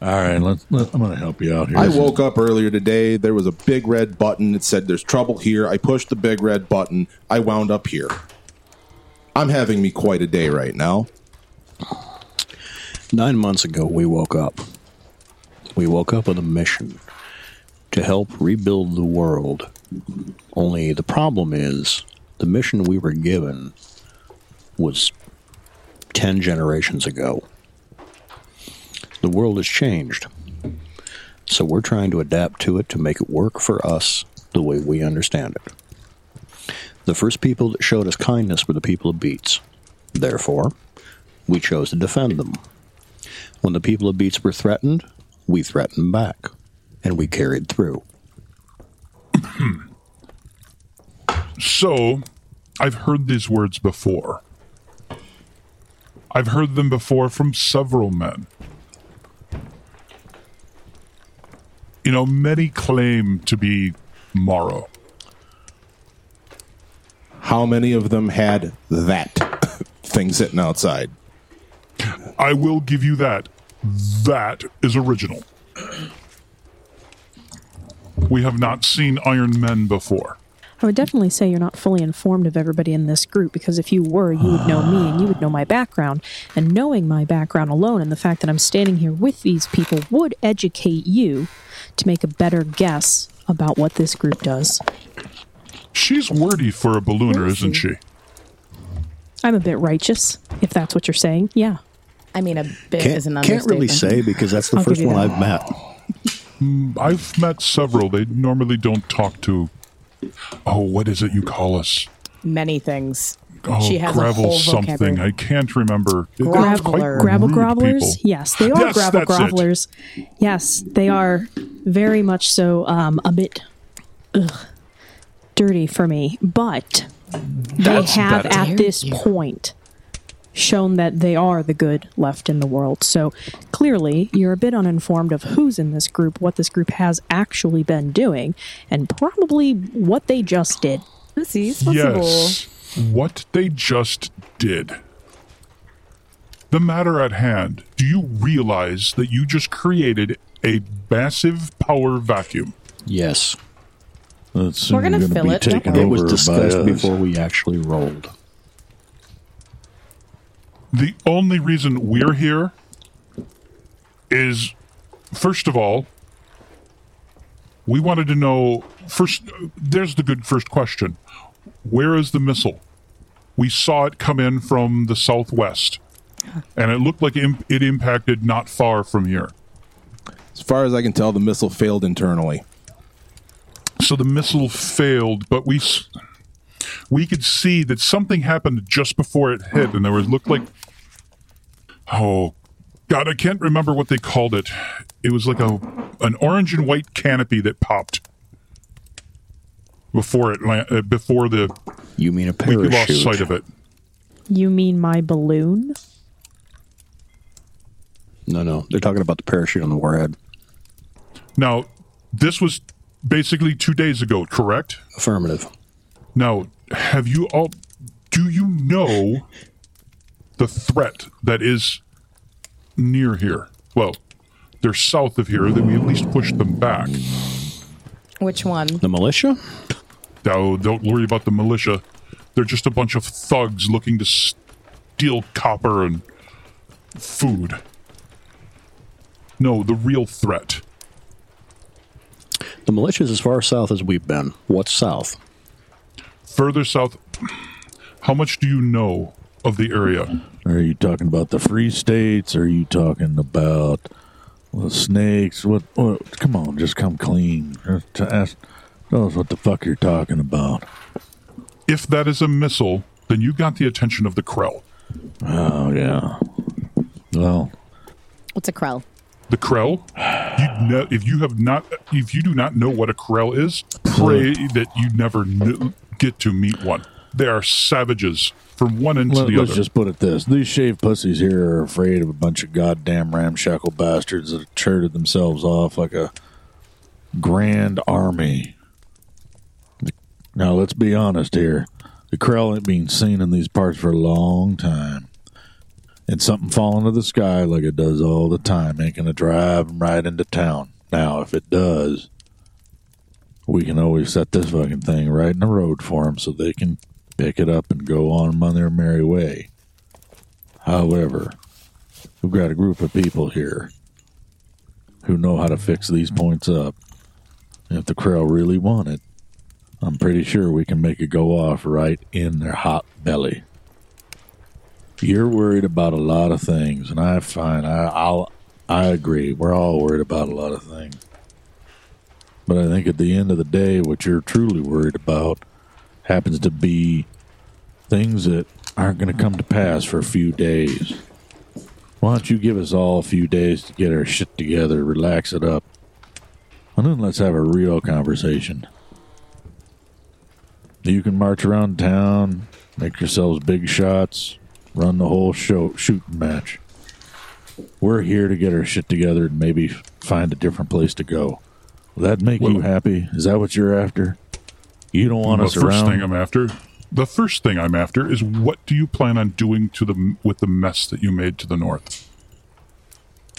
[SPEAKER 6] All right, let's. Let, I'm going to help you out here.
[SPEAKER 8] I woke up earlier today. There was a big red button. It said, There's trouble here. I pushed the big red button. I wound up here. I'm having me quite a day right now.
[SPEAKER 4] Nine months ago, we woke up. We woke up on a mission to help rebuild the world. Only the problem is, the mission we were given was 10 generations ago. The world has changed. So we're trying to adapt to it to make it work for us the way we understand it. The first people that showed us kindness were the people of Beats. Therefore, we chose to defend them. When the people of Beats were threatened, we threatened back, and we carried through.
[SPEAKER 9] So, I've heard these words before. I've heard them before from several men. You know, many claim to be Morrow.
[SPEAKER 8] How many of them had that thing sitting outside?
[SPEAKER 9] I will give you that. That is original. We have not seen Iron Men before.
[SPEAKER 2] I would definitely say you're not fully informed of everybody in this group because if you were, you would know me and you would know my background. And knowing my background alone and the fact that I'm standing here with these people would educate you to make a better guess about what this group does.
[SPEAKER 9] She's wordy for a ballooner, isn't she?
[SPEAKER 2] I'm a bit righteous, if that's what you're saying. Yeah.
[SPEAKER 3] i mean a bit is an
[SPEAKER 4] Can't, can't
[SPEAKER 3] understatement
[SPEAKER 4] really say because that's the
[SPEAKER 2] I'll
[SPEAKER 4] first
[SPEAKER 2] give you
[SPEAKER 4] one
[SPEAKER 2] that.
[SPEAKER 4] I've met.
[SPEAKER 9] I've met several. They normally don't talk to. Oh, what is it you call us?
[SPEAKER 3] many things
[SPEAKER 9] oh,
[SPEAKER 2] She has a
[SPEAKER 9] gravel
[SPEAKER 2] whole
[SPEAKER 9] something.
[SPEAKER 2] vocabulary.
[SPEAKER 9] I can't remember. They're quite
[SPEAKER 2] Graveler. Gravel
[SPEAKER 9] rude people.
[SPEAKER 2] grovelers? Yes, they are
[SPEAKER 9] Yes,
[SPEAKER 2] gravel
[SPEAKER 9] that's it.
[SPEAKER 2] grovelers. Yes, they are very much so um, a bit ugh, dirty for me. But they
[SPEAKER 12] That's
[SPEAKER 2] have
[SPEAKER 12] better.
[SPEAKER 2] at this point shown that they are the good left in the world. So clearly, you're a bit uninformed of who's in this group, what this group has actually been doing, and probably what they just did.
[SPEAKER 9] Yes. What they just did. The matter at hand. Do you realize that you just created a massive power vacuum?
[SPEAKER 4] Yes.
[SPEAKER 6] That's
[SPEAKER 9] We're gonna gonna fill be it, don't taken worry.
[SPEAKER 4] It was
[SPEAKER 9] over by
[SPEAKER 4] discussed
[SPEAKER 9] us.
[SPEAKER 4] before we actually rolled.
[SPEAKER 9] The only reason we're here is, first of all, we wanted to know first. There's the good first question Where is the missile? We saw it come in from the southwest, and it looked like im- it impacted not far from here.
[SPEAKER 8] As far as I can tell, the missile failed internally.
[SPEAKER 9] So the missile failed, but we s- we could see that something happened just before it hit, and there was looked like oh god, I can't remember what they called it. It was like a an orange and white canopy that popped before it la- uh, before the
[SPEAKER 4] you mean a
[SPEAKER 9] we lost
[SPEAKER 4] parachute?
[SPEAKER 9] sight of it.
[SPEAKER 2] You mean my balloon?
[SPEAKER 4] No, no. They're talking about the parachute on the warhead.
[SPEAKER 9] Now this was basically two days ago, correct?
[SPEAKER 4] Affirmative.
[SPEAKER 9] Now, have you all? Do you know the threat that is near here? Well, they're south of here. That we at least push them back.
[SPEAKER 3] Which one?
[SPEAKER 4] The militia?
[SPEAKER 9] No, don't worry about the militia. They're just a bunch of thugs looking to steal copper and food. No, the real threat.
[SPEAKER 4] The militia is as far south as we've been. What's south?
[SPEAKER 9] Further south. How much do you know of the area?
[SPEAKER 6] Are you talking about the free states? Are you talking about well, snakes? What, what? Come on, just come clean. Just to ask, tell us what the fuck you're talking about.
[SPEAKER 9] If that is a missile, then you got the attention of the Krell.
[SPEAKER 6] Oh yeah. Well,
[SPEAKER 3] What's a Krell?
[SPEAKER 9] The Krell. You know, if you have not, if you do not know what a Krell is, pray that you never kn- get to meet one. They are savages from one end
[SPEAKER 6] Let,
[SPEAKER 9] to the
[SPEAKER 6] us
[SPEAKER 9] other.
[SPEAKER 6] just put it this: these shaved pussies here are afraid of a bunch of goddamn ramshackle bastards that have traded themselves off like a grand army. Now let's be honest here: the Krell ain't been seen in these parts for a long time, and something falling to the sky like it does all the time ain't gonna drive 'em right into town. Now, if it does, we can always set this fucking thing right in the road for them so they can pick it up and go on on their merry way. However, we've got a group of people here who know how to fix these points up. And if the Krell really want it, I'm pretty sure we can make it go off right in their hot belly. You're worried about a lot of things, and I find I, I'll I agree. We're all worried about a lot of things. But I think at the end of the day, what you're truly worried about happens to be things that aren't going to come to pass for a few days. Why don't you give us all a few days to get our shit together, relax it up, and then let's have a real conversation. You can march around town, make yourselves big shots, run the whole show shooting match. We're here to get our shit together and maybe find a different place to go. Will that make you happy? Is that what you're after? You don't want
[SPEAKER 9] the
[SPEAKER 6] us
[SPEAKER 9] first
[SPEAKER 6] around.
[SPEAKER 9] thing I'm after. The first thing I'm after is what do you plan on doing to the with the mess that you made to the north?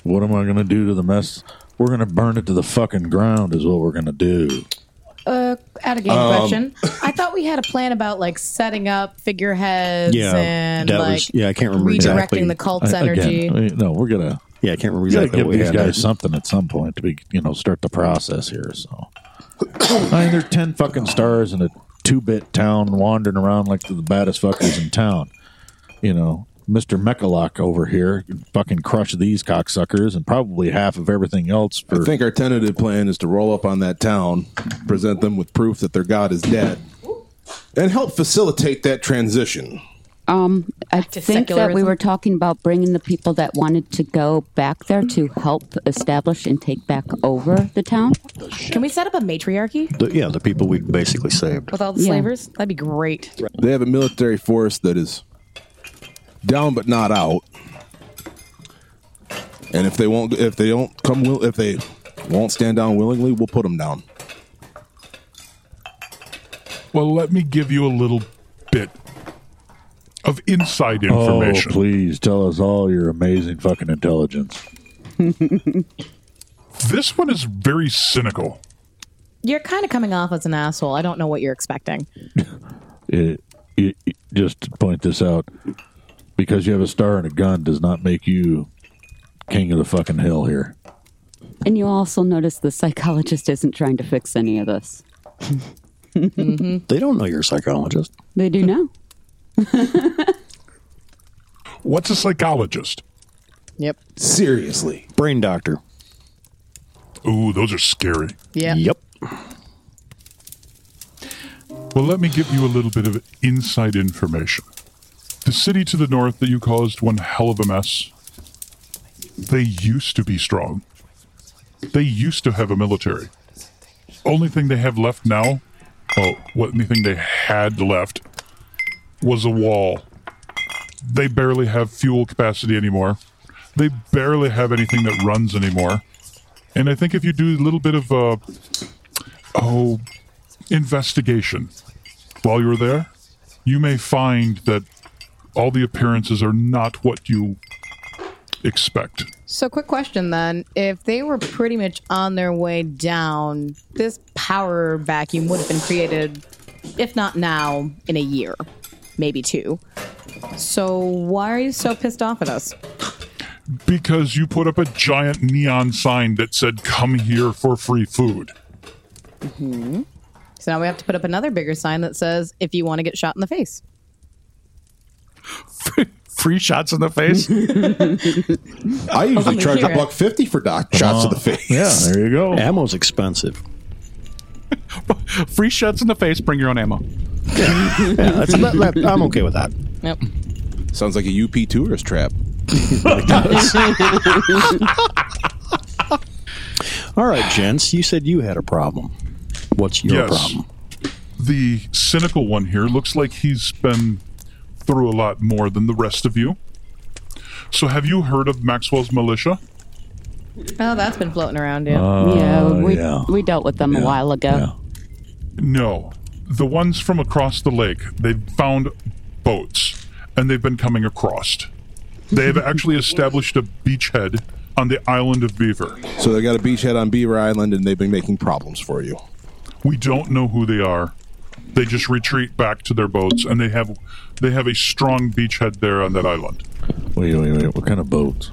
[SPEAKER 6] What am I going to do to the mess? We're going to burn it to the fucking ground, is what we're going to do.
[SPEAKER 12] Uh, out of game
[SPEAKER 6] Um,
[SPEAKER 12] question. I thought we had a plan about like setting up figureheads
[SPEAKER 6] Yeah,
[SPEAKER 12] and
[SPEAKER 6] that
[SPEAKER 12] like
[SPEAKER 6] was- yeah, I can't remember
[SPEAKER 12] redirecting
[SPEAKER 6] exactly.
[SPEAKER 12] the cult's
[SPEAKER 6] I- again,
[SPEAKER 12] energy.
[SPEAKER 6] I mean, no, we're going to.
[SPEAKER 4] Yeah, I can't remember exactly
[SPEAKER 6] give
[SPEAKER 4] what we
[SPEAKER 6] these
[SPEAKER 4] had.
[SPEAKER 6] guys something at some point to be, you know, start the process here. So, I mean, they're ten fucking stars in a two-bit town, wandering around like the baddest fuckers in town. You know, Mister Mechalock over here can fucking crush these cocksuckers and probably half of everything else. For
[SPEAKER 8] I think our tentative plan is to roll up on that town, present them with proof that their god is dead, and help facilitate that transition.
[SPEAKER 7] Um, I
[SPEAKER 12] to
[SPEAKER 7] think that we
[SPEAKER 12] secularism.
[SPEAKER 7] were talking about bringing the people that wanted to go back there to help establish and take back over the town.
[SPEAKER 12] Can we set up a matriarchy
[SPEAKER 4] The, yeah, the people we basically saved.
[SPEAKER 12] with all the
[SPEAKER 7] Yeah.
[SPEAKER 12] slavers? That'd be great.
[SPEAKER 8] They have a military force that is down but not out. And if they won't, if they don't come, will if they won't stand down willingly, we'll put them down.
[SPEAKER 9] Well, let me give you a little bit of inside information.
[SPEAKER 6] Oh, please tell us all your amazing fucking intelligence.
[SPEAKER 9] This one is very cynical.
[SPEAKER 3] You're kind of coming off as an asshole. I don't know what you're expecting.
[SPEAKER 6] It, it, it- just to point this out, because you have a star and a gun does not make you king of the fucking hill here.
[SPEAKER 7] And you also notice the psychologist isn't trying to fix any of this.
[SPEAKER 4] They don't know you're a psychologist.
[SPEAKER 7] They do now.
[SPEAKER 9] What's a psychologist?
[SPEAKER 3] Yep.
[SPEAKER 8] Seriously.
[SPEAKER 4] Brain doctor.
[SPEAKER 9] Ooh, those are scary.
[SPEAKER 3] Yeah.
[SPEAKER 4] Yep.
[SPEAKER 2] Oh.
[SPEAKER 9] Well, let me give you a little bit of inside information. The city to the north that you caused one hell of a mess, they used to be strong. They used to have a military. Only thing they have left now, well, what anything they had left was a wall. They barely have fuel capacity anymore. They barely have anything that runs anymore. And I think if you do a little bit of uh, oh investigation while you're there, you may find that all the appearances are not what you expect.
[SPEAKER 3] So, quick question then. If they were pretty much on their way down, this power vacuum would have been created, if not now, in a year, maybe two. So, why are you so pissed off at us?
[SPEAKER 9] Because you put up a giant neon sign that said, Come here for free food.
[SPEAKER 3] hmm So, now we have to put up another bigger sign that says, if you want to get shot in the face.
[SPEAKER 1] Free shots in the face.
[SPEAKER 8] I usually
[SPEAKER 3] Holy
[SPEAKER 8] charge a
[SPEAKER 3] shit.
[SPEAKER 8] buck fifty for doc
[SPEAKER 1] Uh-huh.
[SPEAKER 8] shots to the face.
[SPEAKER 6] Yeah, there you go.
[SPEAKER 4] Ammo's expensive.
[SPEAKER 1] Free shots in the face. Bring your own ammo.
[SPEAKER 4] Yeah, that's, that- that- I'm okay with that.
[SPEAKER 3] Yep.
[SPEAKER 8] Sounds like a UP tourist trap.
[SPEAKER 4] All right, gents. You said you had a problem. What's your
[SPEAKER 9] Yes.
[SPEAKER 4] problem?
[SPEAKER 9] The cynical one here looks like he's been through a lot more than the rest of you. So, have you heard of Maxwell's Militia?
[SPEAKER 3] Oh, that's been floating around, yeah.
[SPEAKER 7] Uh. yeah, we,
[SPEAKER 9] Oh, yeah.
[SPEAKER 7] we dealt with them a while ago.
[SPEAKER 9] No. The ones from across the lake, they've found boats and they've been coming across. They have actually established a beachhead on the island of Beaver.
[SPEAKER 8] So they got a beachhead on Beaver Island, and they've been making problems for you.
[SPEAKER 9] We don't know who they are. They just retreat back to their boats and they have they have a strong beachhead there on that island.
[SPEAKER 6] Wait, wait, wait. What kind of boats?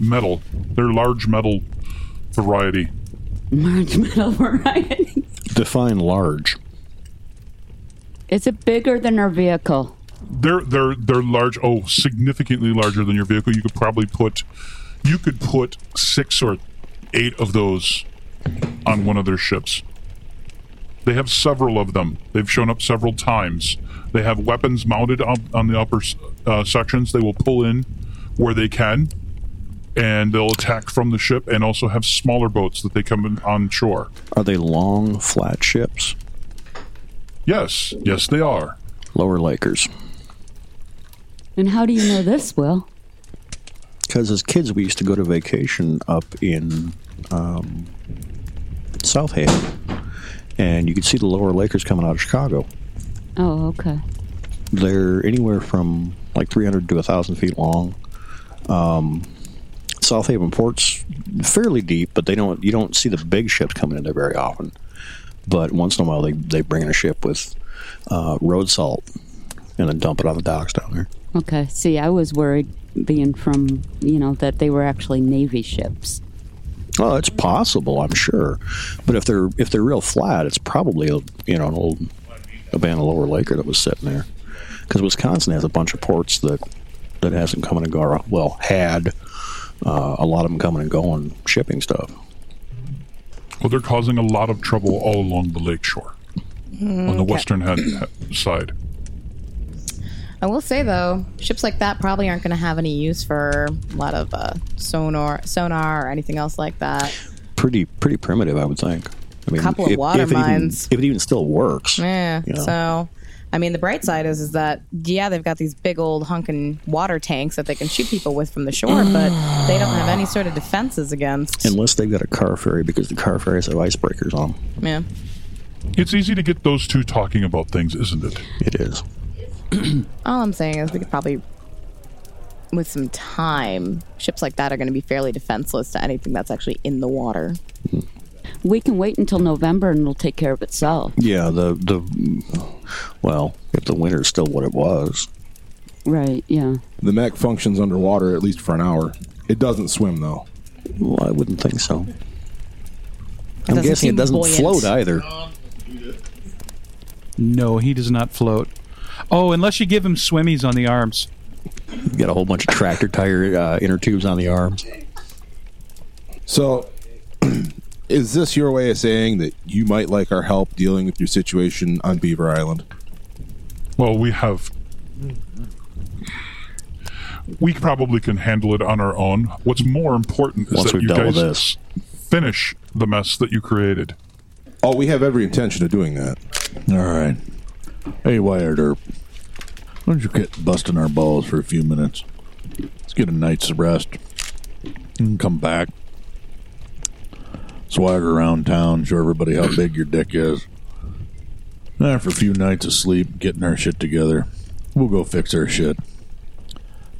[SPEAKER 9] Metal. They're large metal variety.
[SPEAKER 7] Large metal variety.
[SPEAKER 4] Define large.
[SPEAKER 7] Is it bigger than our vehicle?
[SPEAKER 9] They're they're they're large oh, significantly larger than your vehicle. You could probably put you could put six or eight of those on one of their ships. They have several of them. They've shown up several times. They have weapons mounted up on the upper uh, sections. They will pull in where they can, and they'll attack from the ship. And also have smaller boats that they come in on shore.
[SPEAKER 4] Are they long, flat ships?
[SPEAKER 9] Yes, yes, they are.
[SPEAKER 4] Lower Lakers.
[SPEAKER 7] And how do you know this, Will?
[SPEAKER 4] Because as kids, we used to go to vacation up in um, South Haven, and you could see the Lower Lakers coming out of Chicago.
[SPEAKER 7] Oh, okay.
[SPEAKER 4] They're anywhere from like 300 to 1,000 feet long. Um, South Haven port's fairly deep, but they don't you don't see the big ships coming in there very often. But once in a while, they, they bring in a ship with uh, road salt and then dump it on the docks down there.
[SPEAKER 7] Okay. See, I was worried being from, you know, that they were actually Navy ships.
[SPEAKER 4] Oh, it's possible, I'm sure. But if they're if they're real flat, it's probably a, you know an old abandoned lower laker that was sitting there. Because Wisconsin has a bunch of ports that that has them coming and going. Well, had uh, a lot of them coming and going shipping stuff.
[SPEAKER 9] Well, they're causing a lot of trouble all along the lakeshore on
[SPEAKER 3] Okay.
[SPEAKER 9] the western head, side.
[SPEAKER 3] I will say though, ships like that probably aren't going to have any use for a lot of uh, sonar, sonar or anything else like that.
[SPEAKER 4] Pretty pretty primitive, I would think. I mean,
[SPEAKER 3] Couple of water
[SPEAKER 4] it even-
[SPEAKER 3] mines.
[SPEAKER 4] if it even still works.
[SPEAKER 3] Yeah.
[SPEAKER 4] you know.
[SPEAKER 3] So, I mean, the bright side is is that yeah, they've got these big old hunkin' water tanks that they can shoot people with from the shore, but they don't have any sort of defenses against.
[SPEAKER 4] Unless they've got a car ferry because the car ferries have icebreakers on them.
[SPEAKER 3] Yeah.
[SPEAKER 9] It's easy to get those two talking about things, isn't it?
[SPEAKER 4] It is.
[SPEAKER 3] All I'm saying is we could probably, with some time, ships like that are going to be fairly defenseless to anything that's actually in the water.
[SPEAKER 7] We can wait until November and it'll take care of itself.
[SPEAKER 4] Yeah, the the well, if the winter's still what it was.
[SPEAKER 7] Right, yeah.
[SPEAKER 8] The mech functions underwater at least for an hour. It doesn't swim though.
[SPEAKER 4] Well, I wouldn't think so.
[SPEAKER 1] I'm doesn't guessing it seem doesn't buoyant. float either. No, he does not float. Oh, unless you give him swimmies on the arms.
[SPEAKER 4] You've got a whole bunch of tractor tire uh, inner tubes on the arms.
[SPEAKER 8] So, is this your way of saying that you might like our help dealing with your situation on Beaver Island?
[SPEAKER 9] Well, we have. We probably can handle it on our own. What's more important is
[SPEAKER 8] Once
[SPEAKER 9] that
[SPEAKER 8] we've
[SPEAKER 9] you
[SPEAKER 8] dealt with
[SPEAKER 9] guys
[SPEAKER 8] this.
[SPEAKER 9] finish the mess that you created.
[SPEAKER 8] Oh, we have every intention of doing that.
[SPEAKER 6] All right. Hey, Wired Earp. Why don't you quit busting our balls for a few minutes? Let's get a night's rest and come back. Swagger around town, show everybody how big your dick is. And After a few nights of sleep, getting our shit together, we'll go fix our shit.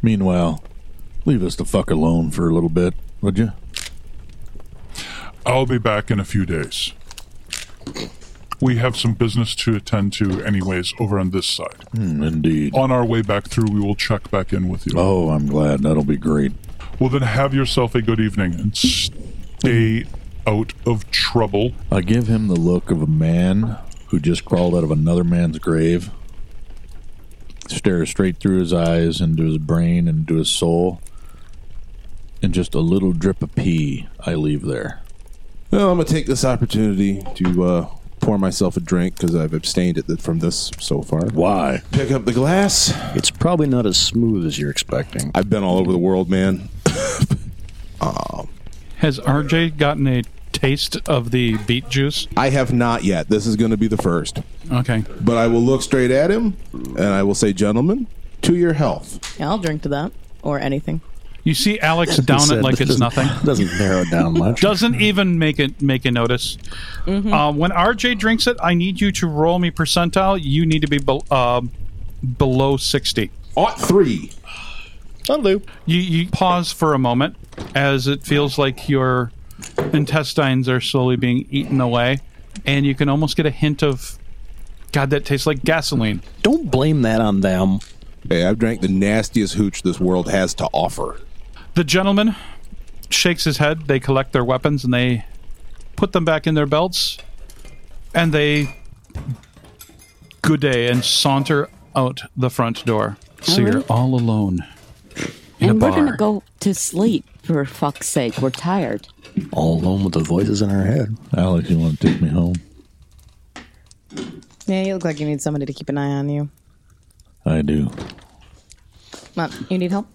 [SPEAKER 6] Meanwhile, leave us the fuck alone for a little bit, would you?
[SPEAKER 9] I'll be back in a few days. We have some business to attend to, anyways, over on this side.
[SPEAKER 6] Hmm, indeed.
[SPEAKER 9] On our way back through, we will check back in with you.
[SPEAKER 6] Oh, I'm glad. That'll be great.
[SPEAKER 9] Well, then have yourself a good evening and stay out of trouble.
[SPEAKER 6] I give him the look of a man who just crawled out of another man's grave, stares straight through his eyes into his brain and into his soul, and just a little drip of pee I leave there.
[SPEAKER 8] Well, I'm gonna take this opportunity to uh, pour myself a drink because I've abstained it th- from this so far.
[SPEAKER 6] Why?
[SPEAKER 8] Pick up the glass.
[SPEAKER 4] It's probably not as smooth as you're expecting.
[SPEAKER 8] I've been all over the world, man. um,
[SPEAKER 1] Has RJ gotten a taste of the beet juice?
[SPEAKER 8] I have not yet. This is going to be the first.
[SPEAKER 1] Okay.
[SPEAKER 8] But I will look straight at him and I will say, gentlemen, to your health.
[SPEAKER 3] Yeah, I'll drink to that or anything.
[SPEAKER 1] You see Alex down it
[SPEAKER 4] Said
[SPEAKER 1] like
[SPEAKER 4] that
[SPEAKER 1] it's
[SPEAKER 4] doesn't-
[SPEAKER 1] nothing.
[SPEAKER 4] Doesn't narrow it down much.
[SPEAKER 1] Doesn't even make it make a notice. Uh, when RJ drinks it, I need you to roll me percentile. You need to be bel uh, below sixty.
[SPEAKER 8] Ought three.
[SPEAKER 4] That'll do.
[SPEAKER 1] You, you pause for a moment as it feels like your intestines are slowly being eaten away, and you can almost get a hint of, God, that tastes like gasoline.
[SPEAKER 4] Don't blame that on them.
[SPEAKER 8] Hey, I've drank the nastiest hooch this world has to offer.
[SPEAKER 1] The gentleman shakes his head. They collect their weapons and they put them back in their belts. And they good day and saunter out the front door. So you're all alone. In
[SPEAKER 7] and
[SPEAKER 1] a
[SPEAKER 7] we're going
[SPEAKER 1] bar.
[SPEAKER 7] to go to sleep, for fuck's sake. We're tired.
[SPEAKER 4] All alone with the voices in our head.
[SPEAKER 6] Alex, you want to take me home?
[SPEAKER 3] Yeah, you look like you need somebody to keep an eye on you.
[SPEAKER 6] I do.
[SPEAKER 3] Mom, you need help?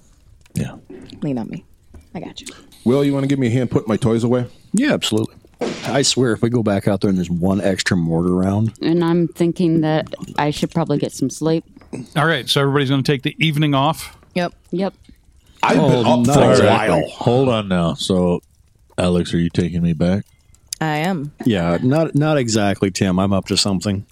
[SPEAKER 6] Yeah.
[SPEAKER 3] Lean on me. I got you.
[SPEAKER 8] Will, you want to give me a hand putting my toys away?
[SPEAKER 4] Yeah, absolutely. I swear, if we go back out there and there's one extra mortar round,
[SPEAKER 7] And I'm thinking that I should probably get some sleep.
[SPEAKER 1] All right, so everybody's going to take the evening off.
[SPEAKER 3] Yep.
[SPEAKER 7] Yep.
[SPEAKER 8] I've been up
[SPEAKER 6] no.
[SPEAKER 8] for
[SPEAKER 6] All
[SPEAKER 8] a
[SPEAKER 6] right.
[SPEAKER 8] while.
[SPEAKER 6] Hold on now. So, Alex, are you taking me back?
[SPEAKER 3] I am.
[SPEAKER 4] yeah, not not exactly, Tim. I'm up to something.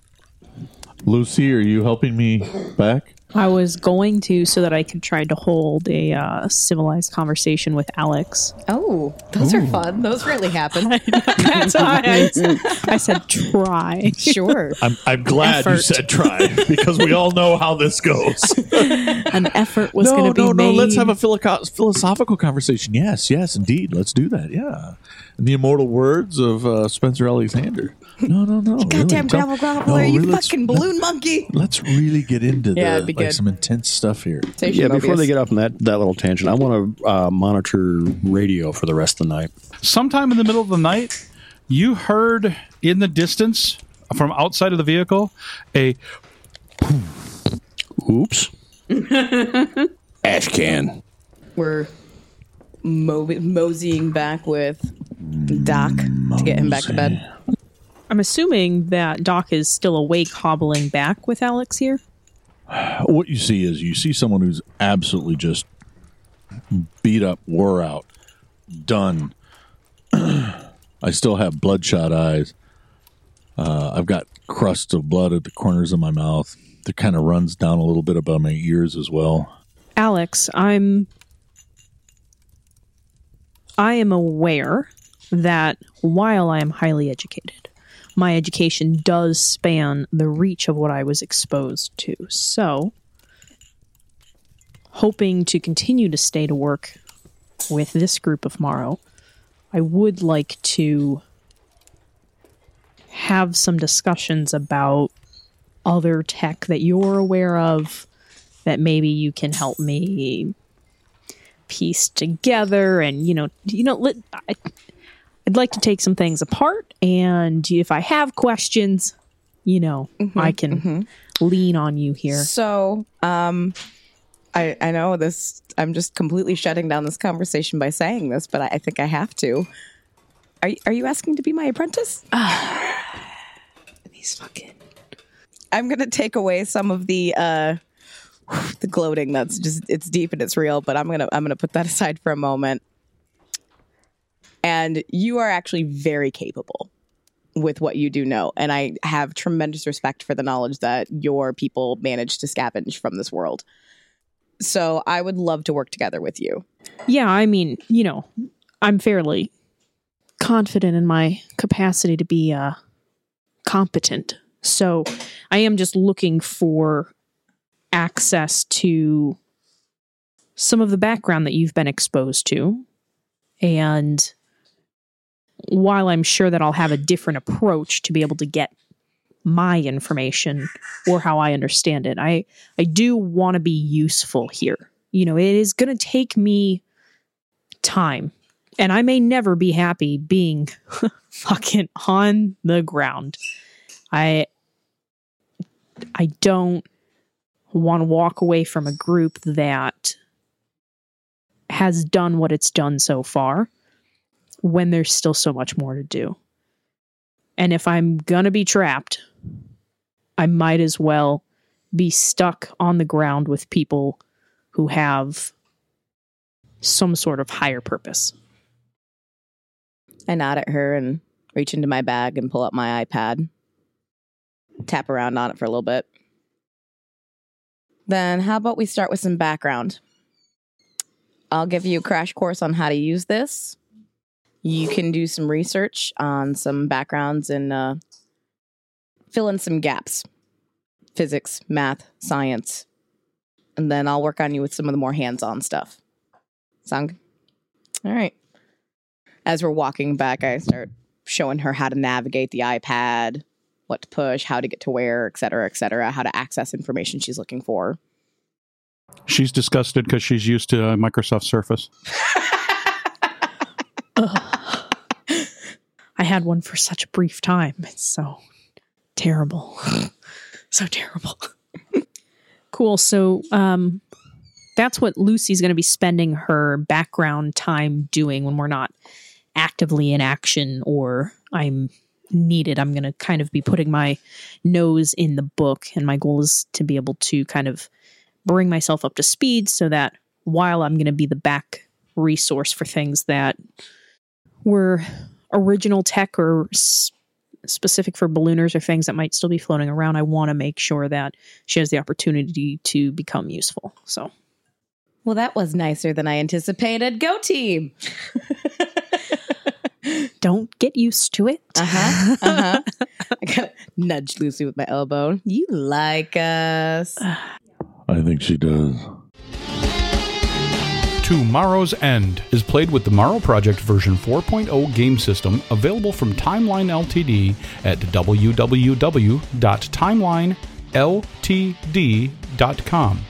[SPEAKER 6] Lucy, are you helping me back?
[SPEAKER 2] I was going to so that I could try to hold a uh, civilized conversation with Alex.
[SPEAKER 3] Oh, those are fun. Those really happen.
[SPEAKER 2] That's why I, said- I said try.
[SPEAKER 3] sure.
[SPEAKER 13] I'm, I'm glad you
[SPEAKER 2] Effort.
[SPEAKER 13] said try because we all know how this goes.
[SPEAKER 2] An effort was
[SPEAKER 13] no,
[SPEAKER 2] going to be
[SPEAKER 13] no, no.
[SPEAKER 2] made.
[SPEAKER 13] Let's have a philo- philosophical conversation. Yes, yes, indeed. Let's do that. Yeah. In the immortal words of uh, Spencer Alexander. No, no, no.
[SPEAKER 3] Goddamn
[SPEAKER 13] really, don't-
[SPEAKER 3] gravel groveler,
[SPEAKER 4] Oh,
[SPEAKER 13] no,
[SPEAKER 3] you
[SPEAKER 13] really, let's-
[SPEAKER 3] fucking balloon monkey.
[SPEAKER 13] Let's really get into
[SPEAKER 3] Yeah, it'd
[SPEAKER 13] the,
[SPEAKER 3] be
[SPEAKER 13] like
[SPEAKER 3] good.
[SPEAKER 13] some intense stuff here.
[SPEAKER 4] Yeah, before they get off on that, that little tangent, I want to uh, monitor radio for the rest of the night.
[SPEAKER 1] Sometime in the middle of the night, you heard in the distance from outside of the vehicle a
[SPEAKER 4] Oops.
[SPEAKER 8] Ash can.
[SPEAKER 3] We're mo- moseying back with Doc to get him back to bed.
[SPEAKER 2] I'm assuming that Doc is still awake, hobbling back with Alex here.
[SPEAKER 6] what you see is you see someone who's absolutely just beat up, wore out, done. I still have bloodshot eyes. Uh, I've got crusts of blood at the corners of my mouth that kind of runs down a little bit above my ears as well.
[SPEAKER 2] Alex, I'm I am aware that while I am highly educated, my education does span the reach of what I was exposed to. So, hoping to continue to stay to work with this group of Morrow, I would like to have some discussions about other tech that you're aware of that maybe you can help me piece together and you know you know let, I, i'd like to take some things apart and if i have questions you know i can lean on you here
[SPEAKER 3] So, um, I I know this. I'm just completely shutting down this conversation by saying this, but I, I think I have to. Are you- are you asking to be my apprentice? These fucking. I'm gonna take away some of the uh, the gloating that's just it's deep and it's real, but I'm gonna I'm gonna put that aside for a moment. And you are actually very capable with what you do know, and I have tremendous respect for the knowledge that your people managed to scavenge from this world. So I would love to work together with you.
[SPEAKER 2] yeah i mean you know i'm fairly confident in my capacity to be uh competent so i am just looking for access to some of the background that you've been exposed to and while i'm sure that i'll have a different approach to be able to get my information or how I understand it. I I do want to be useful here. You know, it is going to take me time and I may never be happy being fucking on the ground. I I don't want to walk away from a group that has done what it's done so far when there's still so much more to do. And if I'm going to be trapped, I might as well be stuck on the ground with people who have some sort of higher purpose.
[SPEAKER 3] I nod at her and reach into my bag and pull up my iPad, tap around on it for a little bit. Then, how about we start with some background? I'll give you a crash course on how to use this. You can do some research on some backgrounds and uh, fill in some gaps physics, math, science. And then I'll work on you with some of the more hands on stuff. Sound all right. As we're walking back, I start showing her how to navigate the iPad, what to push, how to get to where, et cetera, et cetera, how to access information she's looking for.
[SPEAKER 1] She's disgusted because she's used to uh, Microsoft Surface.
[SPEAKER 2] I had one for such a brief time. It's so terrible. so terrible. cool. So um that's what Lucy's going to be spending her background time doing when we're not actively in action or I'm needed. I'm going to kind of be putting my nose in the book and my goal is to be able to kind of bring myself up to speed so that while I'm going to be the back resource for things that were original tech or s- specific for ballooners or things that might still be floating around, I want to make sure that she has the opportunity to become useful. So
[SPEAKER 3] Well, that was nicer than I anticipated. Go team.
[SPEAKER 2] don't get used to it.
[SPEAKER 3] Uh-huh. Uh-huh. I kind of nudged Lucy with my elbow. You like us.
[SPEAKER 10] I think she does.
[SPEAKER 1] Tomorrow's End is played with the Morrow Project version 4.0 game system available from Timeline Ltd at www.timelineltd.com.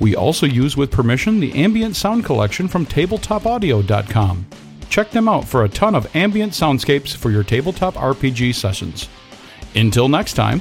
[SPEAKER 1] We also use with permission the ambient sound collection from tabletopaudio.com. Check them out for a ton of ambient soundscapes for your tabletop RPG sessions. Until next time,